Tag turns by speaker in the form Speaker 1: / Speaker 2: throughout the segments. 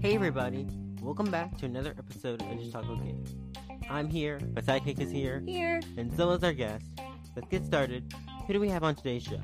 Speaker 1: Hey everybody, welcome back to another episode of Chicago Gay. I'm here, my sidekick is here,
Speaker 2: Here.
Speaker 1: and Zilla's our guest. Let's get started. Who do we have on today's show?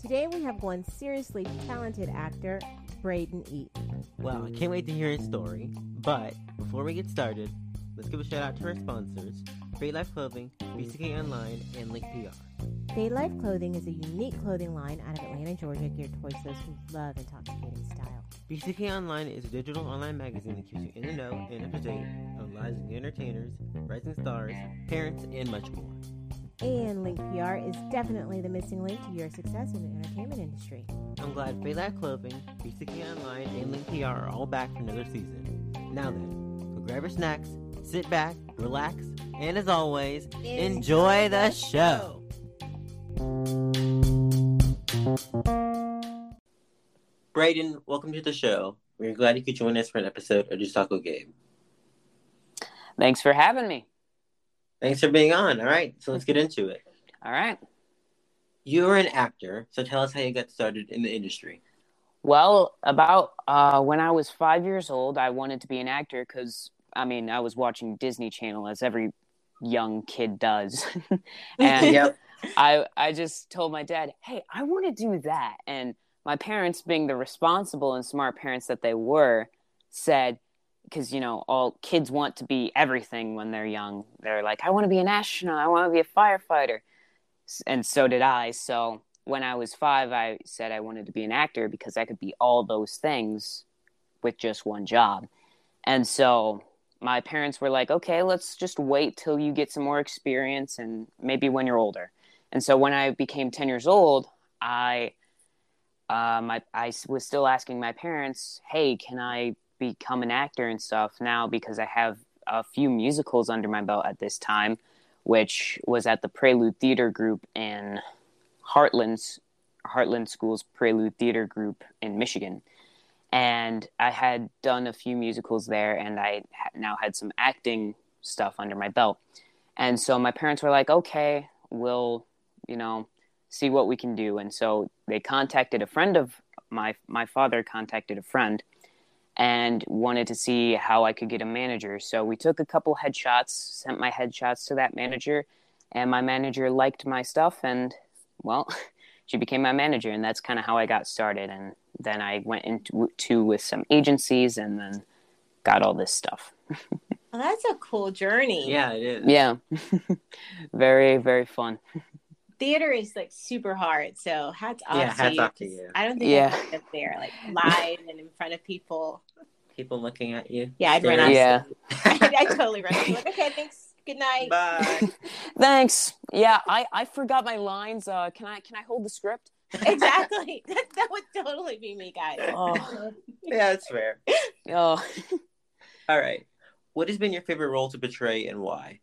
Speaker 2: Today we have one seriously talented actor, Braden Eat.
Speaker 1: Well, I can't wait to hear his story, but before we get started, let's give a shout out to our sponsors, Free Life Clothing, BCK Online, and Link PR.
Speaker 2: Bay Life Clothing is a unique clothing line out of Atlanta, Georgia, geared towards those who love intoxicating style.
Speaker 1: BCK Online is a digital online magazine that keeps you in the know and up to date on lives of entertainers, rising stars, parents, and much more.
Speaker 2: And Link PR is definitely the missing link to your success in the entertainment industry.
Speaker 1: I'm glad Free Life Clothing, BCK Online, and Link PR are all back for another season. Now then, go grab your snacks, sit back, relax, and as always, enjoy the show. Brayden, welcome to the show. We're glad you could join us for an episode of Just Taco Game.
Speaker 3: Thanks for having me.
Speaker 1: Thanks for being on. All right, so let's get into it.
Speaker 3: All right.
Speaker 1: You are an actor, so tell us how you got started in the industry.
Speaker 3: Well, about uh, when I was five years old, I wanted to be an actor because, I mean, I was watching Disney Channel as every young kid does. and I, I just told my dad, hey, I want to do that. And my parents, being the responsible and smart parents that they were, said, because, you know, all kids want to be everything when they're young. They're like, I want to be an astronaut. I want to be a firefighter. S- And so did I. So when I was five, I said I wanted to be an actor because I could be all those things with just one job. And so my parents were like, okay, let's just wait till you get some more experience and maybe when you're older. And so when I became 10 years old, I, um, I, I s- was still asking my parents, hey, can I become an actor and stuff now? Because I have a few musicals under my belt at this time, which was at the Prelude Theater Group in Heartland's, Heartland School's Prelude Theater Group in Michigan. And I had done a few musicals there, and I ha- now had some acting stuff under my belt. And so my parents were like, okay, we'll, you know, see what we can do. And so they contacted a friend of my my father contacted a friend and wanted to see how I could get a manager. So we took a couple headshots, sent my headshots to that manager, and my manager liked my stuff and well, she became my manager and that's kind of how I got started and then I went into to with some agencies and then got all this stuff.
Speaker 2: Well, that's a cool journey.
Speaker 1: Yeah, it is.
Speaker 3: Yeah. very very fun.
Speaker 4: theater is like super hard. So hats off,
Speaker 1: Yeah,
Speaker 4: to,
Speaker 1: hats
Speaker 4: you,
Speaker 1: off to
Speaker 4: 'cause
Speaker 1: you.
Speaker 4: I don't think
Speaker 3: Yeah.
Speaker 4: I could up there like live and in front of people.
Speaker 1: People looking at you.
Speaker 4: Yeah, I'd run out.
Speaker 1: staring.
Speaker 3: Yeah.
Speaker 4: I, I totally run. I'm like, okay, thanks. Good night.
Speaker 1: Bye.
Speaker 3: Thanks. Yeah, I, I forgot my lines. Uh, can I can I hold the script?
Speaker 4: Exactly. That, that would totally be me, guys.
Speaker 3: Oh.
Speaker 1: yeah, that's fair.
Speaker 3: Oh,
Speaker 1: All right. What has been your favorite role to portray and why?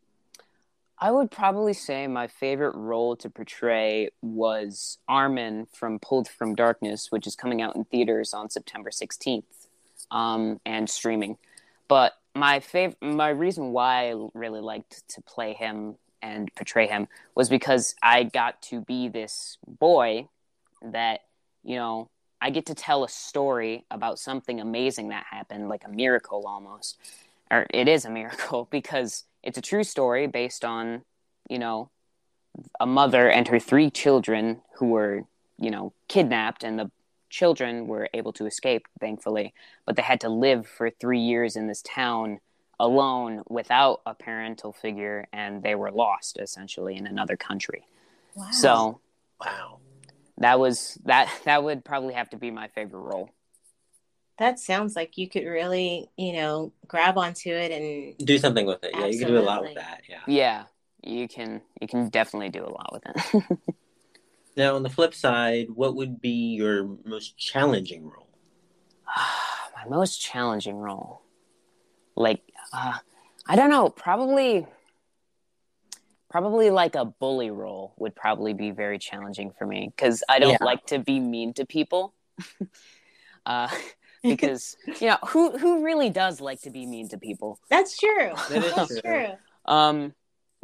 Speaker 3: I would probably say my favorite role to portray was Armin from Pulled from Darkness, which is coming out in theaters on September 16th um, and streaming. But my fav- my reason why I really liked to play him and portray him was because I got to be this boy that, you know, I get to tell a story about something amazing that happened, like a miracle almost. Or it is a miracle because it's a true story based on, you know, a mother and her three children who were, you know, kidnapped and the children were able to escape, thankfully, but they had to live for three years in this town alone without a parental figure and they were lost essentially in another country.
Speaker 4: Wow.
Speaker 3: So
Speaker 1: Wow.
Speaker 3: that was that that would probably have to be my favorite role.
Speaker 4: that sounds like you could really, you know, grab onto it and
Speaker 1: Do something with it. Yeah, you can do a lot with
Speaker 4: Absolutely.
Speaker 1: that. Yeah.
Speaker 3: Yeah. You can you can definitely do a lot with it.
Speaker 1: Now, on the flip side, what would be your most challenging role?
Speaker 3: my most challenging role like uh, i don't know probably probably like a bully role would probably be very challenging for me because i don't
Speaker 1: Yeah.
Speaker 3: like to be mean to people uh, because you know who who really does like to be mean to people
Speaker 4: that's true.
Speaker 1: That is true.
Speaker 4: that's true.
Speaker 3: um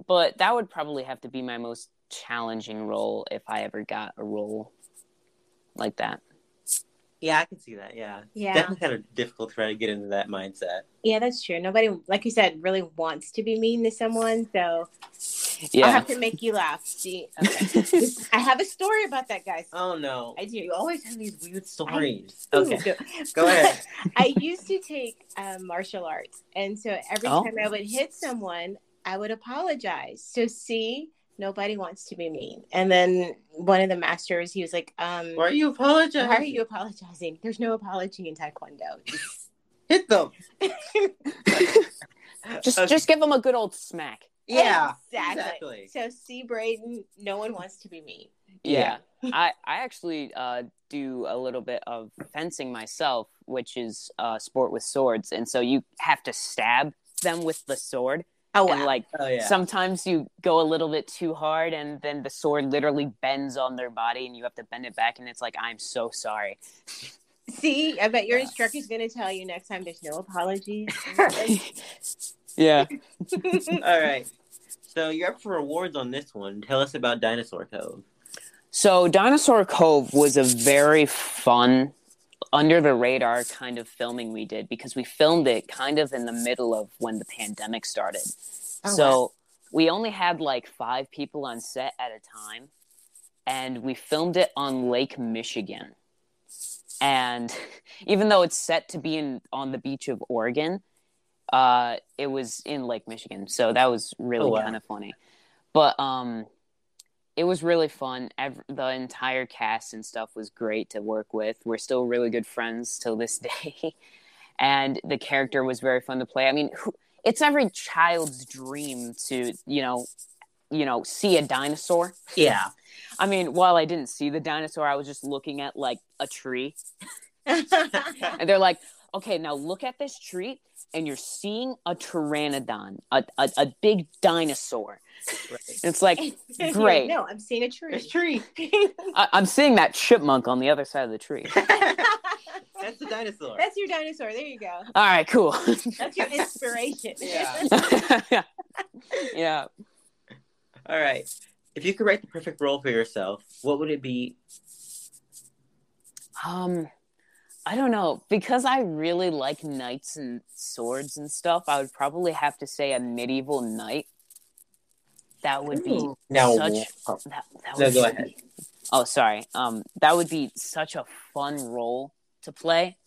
Speaker 3: but that would probably have to be my most challenging role if i ever got a role like that.
Speaker 1: Yeah, I can see that. Yeah.
Speaker 4: Yeah.
Speaker 1: Definitely kind of difficult to try to get into that mindset.
Speaker 4: Yeah, that's true. Nobody, like you said, really wants to be mean to someone. So I'll
Speaker 3: Yeah.
Speaker 4: have to make you laugh. See, okay. I have a story about that, guys.
Speaker 1: Oh no.
Speaker 4: I do.
Speaker 1: You always have these weird stories.
Speaker 3: Okay.
Speaker 1: Go ahead.
Speaker 4: I used to take um, martial arts, and so every
Speaker 3: Oh.
Speaker 4: time I would hit someone, I would apologize. So see, nobody wants to be mean. And then one of the masters, he was like, um,
Speaker 1: Why
Speaker 4: "Why
Speaker 1: are you apologizing?
Speaker 4: are you apologizing? There's no apology in Taekwondo."
Speaker 1: hit them?
Speaker 3: just
Speaker 1: Okay.
Speaker 3: just give them a good old smack.
Speaker 1: yeah.
Speaker 4: exactly.
Speaker 1: exactly.
Speaker 4: So see, Braden, no one wants to be mean.
Speaker 3: Yeah. I I actually uh, do a little bit of fencing myself, which is a sport with swords, and so you have to stab them with the sword,
Speaker 4: Oh
Speaker 3: and like
Speaker 1: Oh yeah.
Speaker 3: sometimes you go a little bit too hard, and then the sword literally bends on their body, and you have to bend it back, and it's like I'm so sorry.
Speaker 4: See, I bet your
Speaker 3: Yeah.
Speaker 4: instructor's going to tell you next time there's no apologies.
Speaker 3: yeah.
Speaker 1: All right. So you're up for awards on this one. Tell us about Dinosaur Cove.
Speaker 3: So, Dinosaur Cove was a very fun, under the radar kind of filming we did because we filmed it kind of in the middle of when the pandemic started.
Speaker 4: Oh,
Speaker 3: so, we only had like five people on set at a time, and we filmed it on Lake Michigan. And even though it's set to be in on the beach of Oregon, uh, it was in Lake Michigan. So that was really
Speaker 1: Oh, wow.
Speaker 3: kind of funny. But um, it was really fun. Ev- the entire cast and stuff was great to work with. We're still really good friends till this day, and the character was very fun to play. I mean, who- it's every child's dream to you know, you know, see a dinosaur.
Speaker 1: Yeah.
Speaker 3: I mean, while I didn't see the dinosaur, I was just looking at like a tree, and they're like, "Okay, now look at this tree, and you're seeing a pteranodon, a a, a big dinosaur."
Speaker 1: Right.
Speaker 3: It's like Great.
Speaker 4: no, I'm seeing a tree.
Speaker 1: It's tree.
Speaker 3: I- I'm seeing that chipmunk on the other side of the tree.
Speaker 1: That's the dinosaur.
Speaker 4: That's your dinosaur. There you go.
Speaker 3: All right, cool.
Speaker 4: That's your inspiration.
Speaker 1: Yeah.
Speaker 3: yeah.
Speaker 1: All right. If you could write the perfect role for yourself, what would it be?
Speaker 3: Um, I don't know because I really like knights and swords and stuff. I would probably have to say a medieval knight. That would be
Speaker 4: Ooh.
Speaker 1: Now,
Speaker 3: such. That, that
Speaker 1: No,
Speaker 3: would
Speaker 1: go
Speaker 3: be-
Speaker 1: ahead.
Speaker 3: Oh, sorry. Um, that would be such a fun role to play,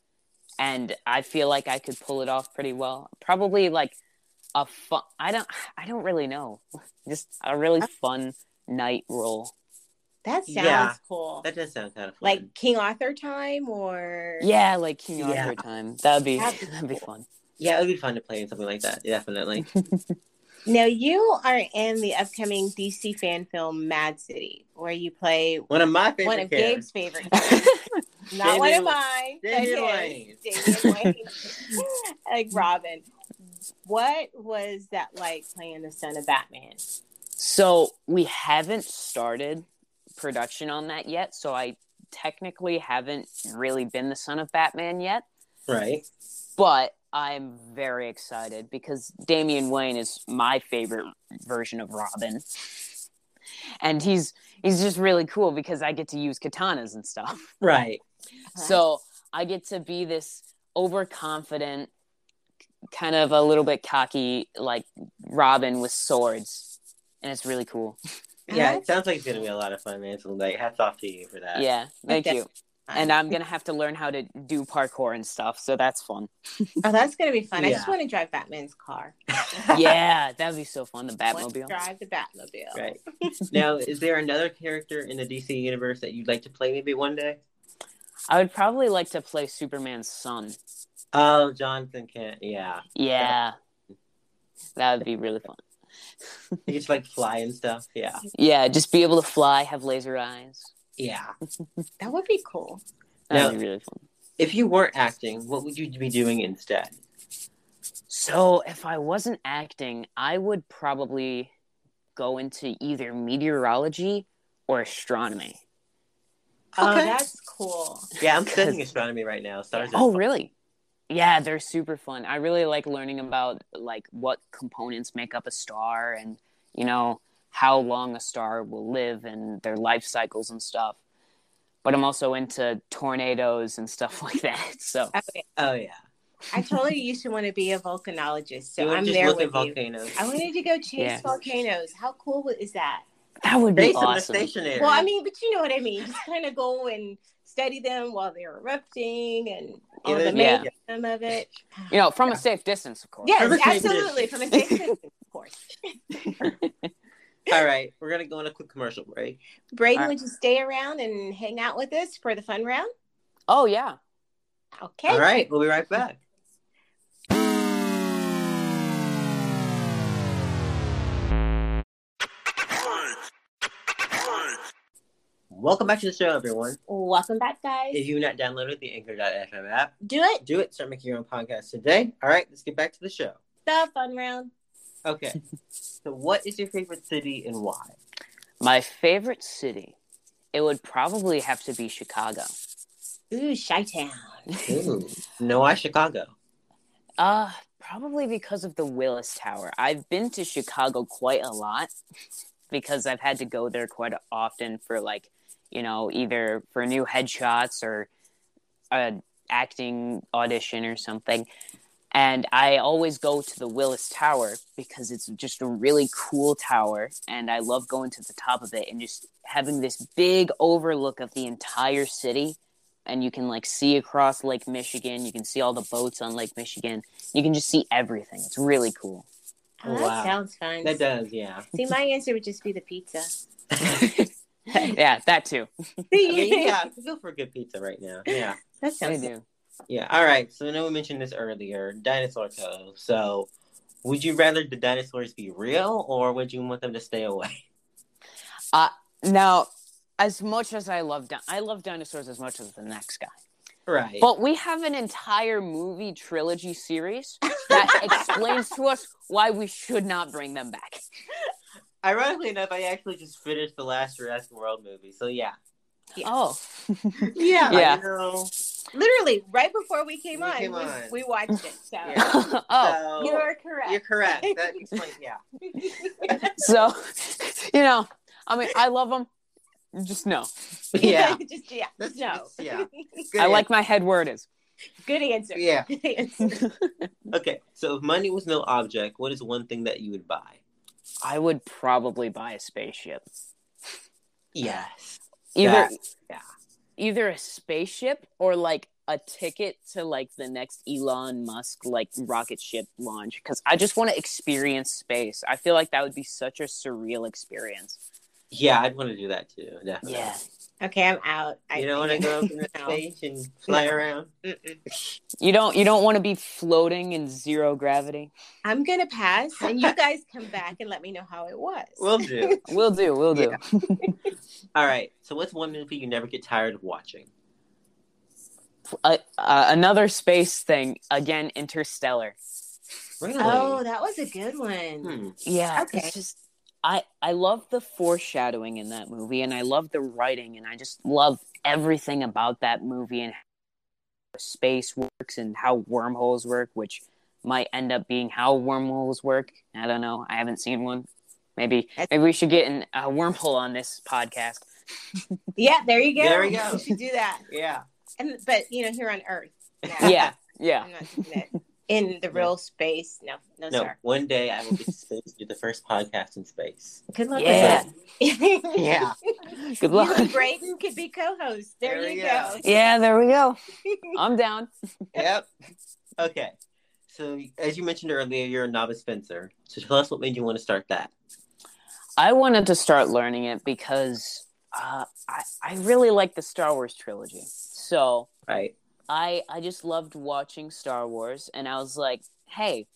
Speaker 3: and I feel like I could pull it off pretty well. Probably like a fun. I don't. I don't really know. Just a really fun knight role.
Speaker 4: That sounds
Speaker 1: Yeah.
Speaker 4: cool.
Speaker 1: That does sound kind of fun.
Speaker 4: like King Arthur time or
Speaker 3: Yeah, like King
Speaker 1: Yeah.
Speaker 3: Arthur time. That'd be
Speaker 4: That'd be
Speaker 3: that'd be fun.
Speaker 1: yeah, it would be fun to play in something like that. Definitely.
Speaker 4: Now you are in the upcoming DC fan film Mad City, where you play
Speaker 1: One of my favorite
Speaker 4: one of
Speaker 1: characters.
Speaker 4: Gabe's favorite. Not one of
Speaker 1: Damian-
Speaker 4: mine. but
Speaker 1: Damian
Speaker 4: his,
Speaker 1: Wayne.
Speaker 4: Damian Wayne. like Robin. What was that like playing the son of Batman?
Speaker 3: So we haven't started production on that yet. So I technically haven't really been the son of Batman yet,
Speaker 1: Right.
Speaker 3: but I'm very excited because Damian Wayne is my favorite version of Robin. And he's he's just really cool because I get to use katanas and stuff.
Speaker 1: Right.
Speaker 3: So I get to be this overconfident, kind of a little bit cocky, like Robin with swords. And it's really cool.
Speaker 1: Yeah, it sounds like it's gonna be a lot of fun, man. So like, hats off to you for that.
Speaker 3: yeah, thank
Speaker 4: that's
Speaker 3: you. And I'm going to have to learn how to do parkour and stuff. So that's fun.
Speaker 4: Oh, that's gonna be fun. I just
Speaker 1: Yeah.
Speaker 4: want to drive Batman's car.
Speaker 3: Yeah, that'd be so fun. The
Speaker 4: I want to
Speaker 3: Batmobile.
Speaker 4: drive the Batmobile.
Speaker 1: Right. now, is there another character in the DC universe that you'd like to play maybe one day?
Speaker 3: I would probably like to play Superman's son.
Speaker 1: Oh, Jonathan can't. Yeah,
Speaker 3: Yeah. That would be really fun.
Speaker 1: he gets like fly and stuff. Yeah,
Speaker 3: Yeah, just be able to fly, have laser eyes.
Speaker 1: yeah.
Speaker 4: That would be cool.
Speaker 3: That
Speaker 1: Now-
Speaker 3: would be really fun.
Speaker 1: If you weren't acting, what would you be doing instead?
Speaker 3: So, if I wasn't acting, I would probably go into either meteorology or astronomy.
Speaker 4: Oh,
Speaker 1: Okay.
Speaker 4: that's cool.
Speaker 1: Yeah, I'm studying astronomy right now. Stars. are
Speaker 3: Oh,
Speaker 1: fun.
Speaker 3: really? Yeah, they're super fun. I really like learning about like what components make up a star and, you know, how long a star will live and their life cycles and stuff. but I'm also into tornadoes and stuff like that. So
Speaker 4: Okay.
Speaker 1: Oh yeah.
Speaker 4: I totally used to want to be a volcanologist, so
Speaker 1: You wanna
Speaker 4: I'm
Speaker 1: just
Speaker 4: there
Speaker 1: look
Speaker 4: with
Speaker 1: at
Speaker 4: you.
Speaker 1: volcanoes.
Speaker 4: I wanted to go chase
Speaker 3: Yeah.
Speaker 4: volcanoes. How cool wa- is that?
Speaker 3: that would be
Speaker 1: Based on the
Speaker 3: awesome.
Speaker 1: stationary.
Speaker 4: Well, I mean, but you know what I mean. Just kind of go and study them while they're erupting and all
Speaker 1: It
Speaker 4: the
Speaker 1: is-
Speaker 3: Yeah.
Speaker 4: mayhem of it.
Speaker 3: You know, from a safe distance, of course.
Speaker 4: Yes,
Speaker 1: Everything is-
Speaker 4: absolutely. From a safe distance, of course.
Speaker 1: all right, we're gonna go on a quick commercial break.
Speaker 4: Braden,
Speaker 3: All
Speaker 4: would you stay around and hang out with us for the fun round?
Speaker 3: Oh yeah.
Speaker 4: Okay.
Speaker 1: All right, we'll be right back. Welcome back to the show, everyone.
Speaker 4: Welcome back, guys.
Speaker 1: If you've not downloaded the Anchor.fm app,
Speaker 4: Do it.
Speaker 1: do it. Start making your own podcast today. All right, let's get back to the show.
Speaker 4: The fun round.
Speaker 1: Okay. so, what is your favorite city and why?
Speaker 3: My favorite city. It would probably have to be Chicago.
Speaker 4: Ooh, Chi Town.
Speaker 1: Ooh, no, I Chicago.
Speaker 3: Uh probably because of the Willis Tower. I've been to Chicago quite a lot because I've had to go there quite often for like, you know, either for new headshots or a acting audition or something. And I always go to the Willis Tower because it's just a really cool tower and I love going to the top of it and just having this big overlook of the entire city and you can like see across Lake Michigan, you can see all the boats on Lake Michigan. You can just see everything. It's really cool.
Speaker 4: Oh, that
Speaker 1: Wow.
Speaker 4: sounds fun.
Speaker 1: That does, yeah.
Speaker 4: See, my answer would just be the pizza.
Speaker 3: yeah, that too.
Speaker 1: I mean, yeah, I could go for good pizza right now. Yeah.
Speaker 4: That
Speaker 3: I
Speaker 4: sounds
Speaker 3: do.
Speaker 1: Yeah. All right. So I know we mentioned this earlier, Dinosaur Cove. So would you rather the dinosaurs be real or would you want them to stay away?
Speaker 3: Now, as much as I love di- I love dinosaurs as much as the next guy.
Speaker 1: Right.
Speaker 3: But we have an entire movie trilogy series that explains to us why we should not bring them back.
Speaker 1: Ironically enough, I actually just finished the last Jurassic World movie. So yeah.
Speaker 4: Yeah.
Speaker 3: Oh,
Speaker 1: Yeah.
Speaker 3: Yeah.
Speaker 1: You know,
Speaker 4: literally right before we came
Speaker 1: We
Speaker 4: on,
Speaker 1: came
Speaker 4: we,
Speaker 1: on.
Speaker 4: we watched it. So
Speaker 1: Yeah.
Speaker 3: oh.
Speaker 1: so
Speaker 4: you're correct.
Speaker 1: you're correct. That explains yeah.
Speaker 3: So, you know, I mean, I love them. Just no.
Speaker 1: Yeah.
Speaker 4: Just yeah.
Speaker 1: That's-
Speaker 4: no.
Speaker 1: that's- yeah.
Speaker 3: I like my head where it is.
Speaker 4: Good answer.
Speaker 1: Yeah.
Speaker 4: Good answer.
Speaker 1: Okay. So if money was no object, what is one thing that you would buy?
Speaker 3: I would probably buy a spaceship.
Speaker 1: Yes.
Speaker 3: Either
Speaker 1: That- yeah.
Speaker 3: either a spaceship or like a ticket to like the next Elon Musk like rocket ship launch cuz I just want to experience space. I feel like that would be such a surreal experience.
Speaker 1: Yeah, I'd want to do that too. Definitely.
Speaker 4: okay, I'm out. I
Speaker 1: You don't want to go up in the
Speaker 4: No.
Speaker 1: space and fly around.
Speaker 4: Mm-mm.
Speaker 3: You don't you don't want to be floating in zero gravity.
Speaker 4: I'm gonna pass, and you guys come back and let me know how it was.
Speaker 1: We'll do.
Speaker 3: Will do, will do.
Speaker 1: All right. So what's one movie you never get tired of watching?
Speaker 3: Uh, uh, another space thing again interstellar.
Speaker 1: Really?
Speaker 4: oh, that was a good one.
Speaker 1: Hmm.
Speaker 3: Yeah,
Speaker 4: Okay.
Speaker 3: it's just I I love the foreshadowing in that movie, and I love the writing, and I just love everything about that movie and how space works and how wormholes work, which might end up being how wormholes work. I don't know. I haven't seen one. Maybe
Speaker 4: That's-
Speaker 3: maybe we should get an, a wormhole on this podcast.
Speaker 4: Yeah, there you go.
Speaker 1: There we go.
Speaker 4: You should do that.
Speaker 1: Yeah.
Speaker 4: And but you know, here on Earth. No,
Speaker 3: Yeah, yeah.
Speaker 4: I'm not doing that. In the real space. No, no,
Speaker 1: No,
Speaker 4: sir.
Speaker 1: one day I will get to space and do the first podcast in space.
Speaker 4: Good luck
Speaker 3: Yeah.
Speaker 4: with that.
Speaker 1: Yeah.
Speaker 3: Good
Speaker 4: You
Speaker 3: luck.
Speaker 4: and Brayden could be co-host. There,
Speaker 1: There we
Speaker 4: you
Speaker 1: go.
Speaker 4: go.
Speaker 3: Yeah, there we go. I'm down.
Speaker 1: yep. Okay. So as you mentioned earlier, you're a novice fencer. So tell us what made you want to start that.
Speaker 3: I wanted to start learning it because uh, I I really like the Star Wars trilogy. So
Speaker 1: Right.
Speaker 3: I I just loved watching Star Wars, and I was like, "Hey,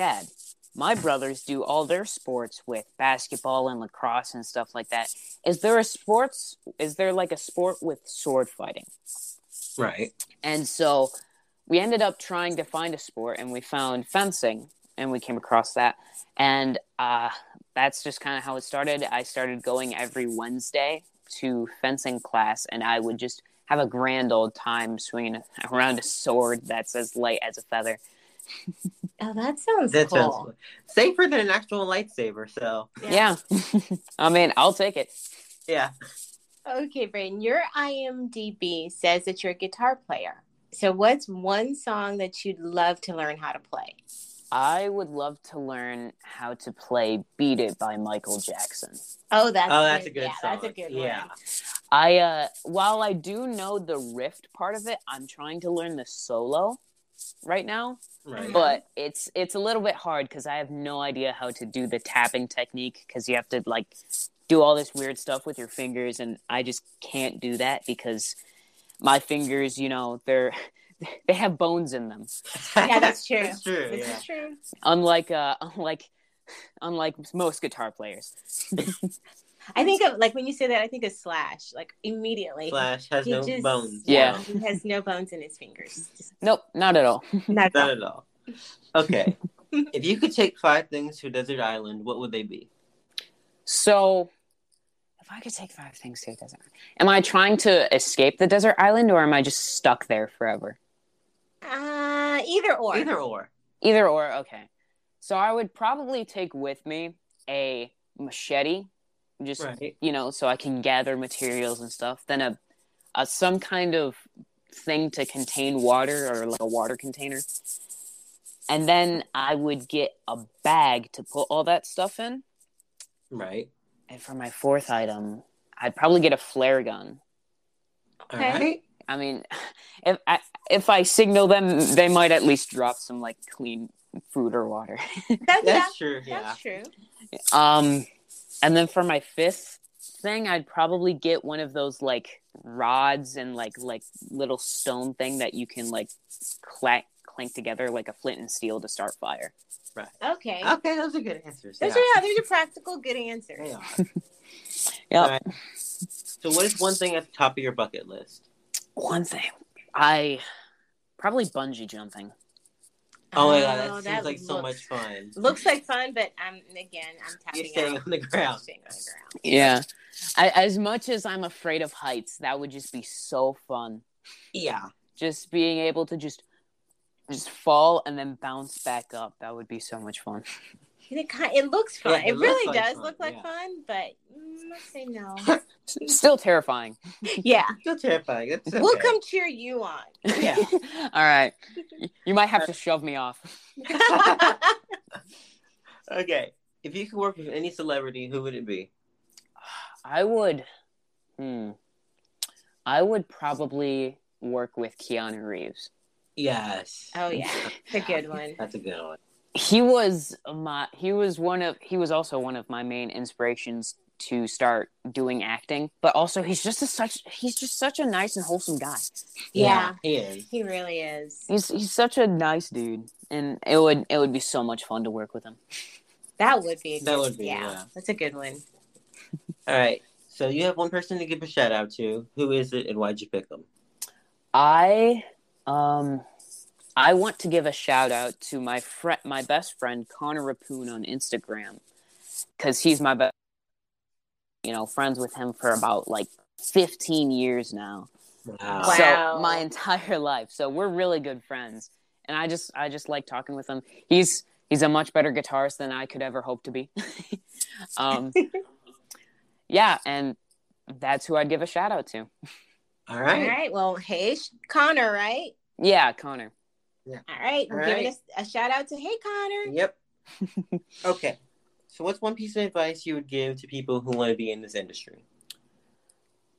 Speaker 3: Dad, my brothers do all their sports with basketball and lacrosse and stuff like that. Is there a sports? Is there like a sport with sword fighting?"
Speaker 1: Right.
Speaker 3: And so we ended up trying to find a sport and we found fencing and we came across that. And uh, that's just kind of how it started. I started going every Wednesday to fencing class and I would just have a grand old time swinging around a sword that's as light as a feather.
Speaker 4: Oh, that sounds
Speaker 1: That
Speaker 4: cool.
Speaker 1: sounds safer than an actual lightsaber. So
Speaker 3: Yeah. I mean, I'll take it.
Speaker 1: yeah.
Speaker 4: Okay, Brayden, your IMDb says that you're a guitar player. So, what's one song that you'd love to learn how to play?
Speaker 3: I would love to learn how to play "Beat It" by Michael Jackson.
Speaker 4: Oh, that's
Speaker 1: Oh, that's a good
Speaker 4: yeah, That's a
Speaker 1: song.
Speaker 4: good
Speaker 1: Yeah.
Speaker 4: one.
Speaker 3: I uh, while I do know the rift part of it, I'm trying to learn the solo right now,
Speaker 1: Right.
Speaker 3: but it's it's a little bit hard because I have no idea how to do the tapping technique because you have to like do all this weird stuff with your fingers, and I just can't do that because my fingers, you know, they're they have bones in them.
Speaker 4: Yeah, that's true.
Speaker 1: That's true.
Speaker 4: This
Speaker 1: yeah.
Speaker 4: is true.
Speaker 3: unlike uh unlike unlike most guitar players
Speaker 4: I think of like when you say that, I think of Slash like immediately.
Speaker 1: Flash has
Speaker 4: He
Speaker 1: no
Speaker 4: just-
Speaker 1: bones.
Speaker 3: Yeah.
Speaker 4: He has no bones in his fingers. Just
Speaker 3: nope not at all
Speaker 4: not
Speaker 1: Not at all. Okay. if you could take five things to a desert island, what would they be?
Speaker 3: so if i could take five things to a desert am i trying to escape the desert island or am i just stuck there forever
Speaker 4: Uh, either or.
Speaker 1: Either or.
Speaker 3: either or okay so i would probably take with me a machete just
Speaker 1: Right.
Speaker 3: you know so i can gather materials and stuff then a, a some kind of thing to contain water or like a water container and then i would get a bag to put all that stuff in
Speaker 1: Right.
Speaker 3: and for my fourth item i'd probably get a flare gun
Speaker 4: Okay.
Speaker 1: All right.
Speaker 3: i mean if i if i signal them they might at least drop some like clean food or water
Speaker 4: That's, that's,
Speaker 1: That's true. Yeah.
Speaker 4: that's true.
Speaker 3: Um, and then for my fifth thing, I'd probably get one of those like rods and like like little stone thing that you can like clack clink together like a flint and steel to start fire.
Speaker 4: Okay.
Speaker 1: Okay, those are good answers.
Speaker 4: Those
Speaker 1: Oh, yeah.
Speaker 4: are yeah, those are practical good answers.
Speaker 1: They are.
Speaker 3: Yep.
Speaker 1: All right. So, what is one thing at the top of your bucket list?
Speaker 3: One thing, I probably bungee jumping.
Speaker 1: Oh, my god, that seems
Speaker 4: that
Speaker 1: like so
Speaker 4: looks-
Speaker 1: much fun.
Speaker 4: Looks like fun, but I'm again I'm tapping
Speaker 1: You're staying
Speaker 4: out.
Speaker 1: on the ground.
Speaker 4: Staying on the ground.
Speaker 3: Yeah. I, as much as I'm afraid of heights, that would just be so fun.
Speaker 1: Yeah.
Speaker 3: Just being able to just just fall and then bounce back up. That would be so much fun.
Speaker 4: And it kind it looks fun.
Speaker 1: Yeah, it
Speaker 4: it,
Speaker 1: looks
Speaker 4: really
Speaker 1: like
Speaker 4: does
Speaker 1: fun,
Speaker 4: look like
Speaker 1: yeah.
Speaker 4: fun, but mm, let's say no.
Speaker 3: Still terrifying.
Speaker 4: yeah.
Speaker 1: Still terrifying. That's okay.
Speaker 4: We'll come cheer you on.
Speaker 1: Yeah.
Speaker 3: All right. Y- You might have to shove me off.
Speaker 1: Okay. If you could work with any celebrity, who would it be?
Speaker 3: I would. Hmm. I would probably work with Keanu Reeves.
Speaker 1: Yes.
Speaker 4: oh yeah. It's a good one.
Speaker 1: That's a good one.
Speaker 3: He was my. He was one of. He was also one of my main inspirations to start doing acting. But also, he's just a such. He's just such a nice and wholesome guy.
Speaker 4: Yeah.
Speaker 1: He is.
Speaker 4: He really is.
Speaker 3: He's he's such a nice dude, and it would it would be so much fun to work with him.
Speaker 4: That would be a
Speaker 1: That
Speaker 4: good-
Speaker 1: would be,
Speaker 4: yeah.
Speaker 1: yeah.
Speaker 4: That's a good one.
Speaker 1: All right. So you have one person to give a shout out to. Who is it, and why'd you pick them?
Speaker 3: I um I want to give a shout out to my friend my best friend Connor Rapoon on Instagram cuz he's my best you know friends with him for about like 15 years now.
Speaker 1: Wow.
Speaker 4: Wow.
Speaker 3: So my entire life. So we're really good friends and I just I just like talking with him. He's he's a much better guitarist than I could ever hope to be. um yeah, and that's who I'd give a shout out to.
Speaker 1: All
Speaker 4: All
Speaker 1: right.
Speaker 4: right. Well, hey, Sh- Connor, right?
Speaker 3: Yeah, Connor.
Speaker 4: All right. We're
Speaker 1: All
Speaker 4: giving
Speaker 1: right.
Speaker 4: us a shout out to Hey Connor.
Speaker 1: Yep. okay. So what's one piece of advice you would give to people who want to be in this industry?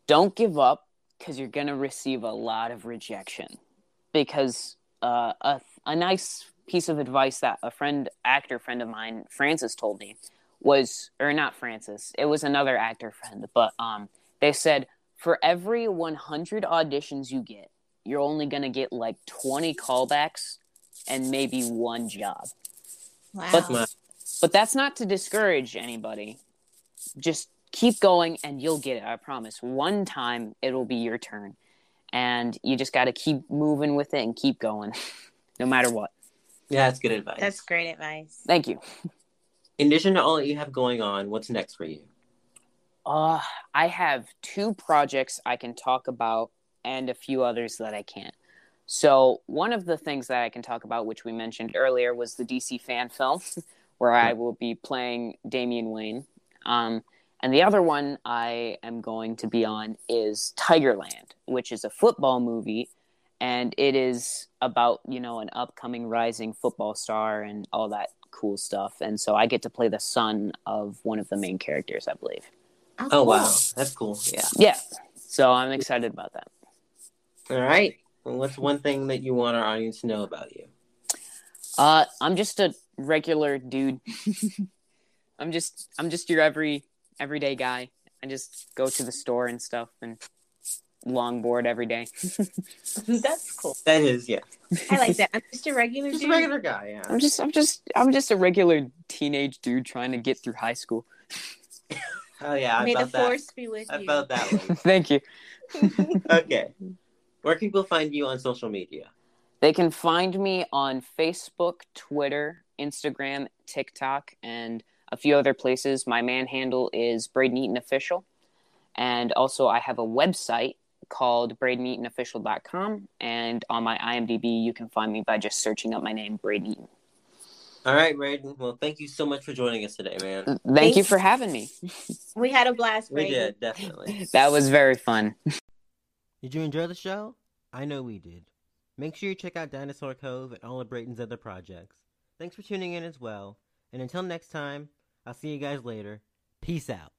Speaker 3: don't give up because you're going to receive a lot of rejection. Because uh, a, a nice piece of advice that a friend, actor friend of mine, Francis, told me was, or not Francis, it was another actor friend, but um, they said, for every 100 auditions you get, you're only going to get like 20 callbacks and maybe one job.
Speaker 4: Wow.
Speaker 3: But
Speaker 1: My-
Speaker 3: But that's not to discourage anybody. Just keep going and you'll get it. I promise. One time it'll be your turn. And you just got to keep moving with it and keep going no matter what.
Speaker 1: yeah, that's good advice.
Speaker 4: That's great advice.
Speaker 3: Thank you.
Speaker 1: in addition to all that you have going on, what's next for you?
Speaker 3: Uh, I have two projects I can talk about and a few others that I can't. So, one of the things that I can talk about, which we mentioned earlier, was the DC fan film, where I will be playing Damian Wayne. Um, And the other one I am going to be on is Tigerland, which is a football movie. And it is about, you know, an upcoming rising football star and all that cool stuff. And so I get to play the son of one of the main characters, I believe.
Speaker 1: Oh wow, that's cool. Yeah.
Speaker 3: Yeah. So I'm excited about that.
Speaker 1: All right. Well, what's one thing that you want our audience to know about you?
Speaker 3: Uh, I'm just a regular dude. I'm just I'm just your every everyday guy. I just go to the store and stuff and longboard every day.
Speaker 4: That's cool.
Speaker 1: That is, yeah,
Speaker 4: I like that. I'm just a regular
Speaker 1: just a
Speaker 4: dude.
Speaker 1: regular guy. Yeah.
Speaker 3: I'm just I'm just I'm just a regular teenage dude trying to get through high school.
Speaker 1: Oh yeah, I
Speaker 4: May the
Speaker 1: felt that.
Speaker 4: force be with
Speaker 1: I
Speaker 4: you.
Speaker 1: felt that one.
Speaker 3: Thank you.
Speaker 1: Okay. Where can people find you on social media?
Speaker 3: They can find me on Facebook, Twitter, Instagram, TikTok, and a few other places. My man handle is Braden Eaton Official. And also, I have a website called BradenEatonOfficial.com. And on my IMDb, you can find me by just searching up my name, Braden Eaton.
Speaker 1: All right, Braden. Well, thank you so much for joining us today, man.
Speaker 3: Thank you for having me.
Speaker 4: We had a blast.
Speaker 1: We
Speaker 4: Brayden.
Speaker 1: did definitely.
Speaker 3: That was very fun.
Speaker 1: Did you enjoy the show? I know we did. Make sure you check out Dinosaur Cove and all of Brayton's other projects. Thanks for tuning in as well. And until next time, I'll see you guys later. Peace out.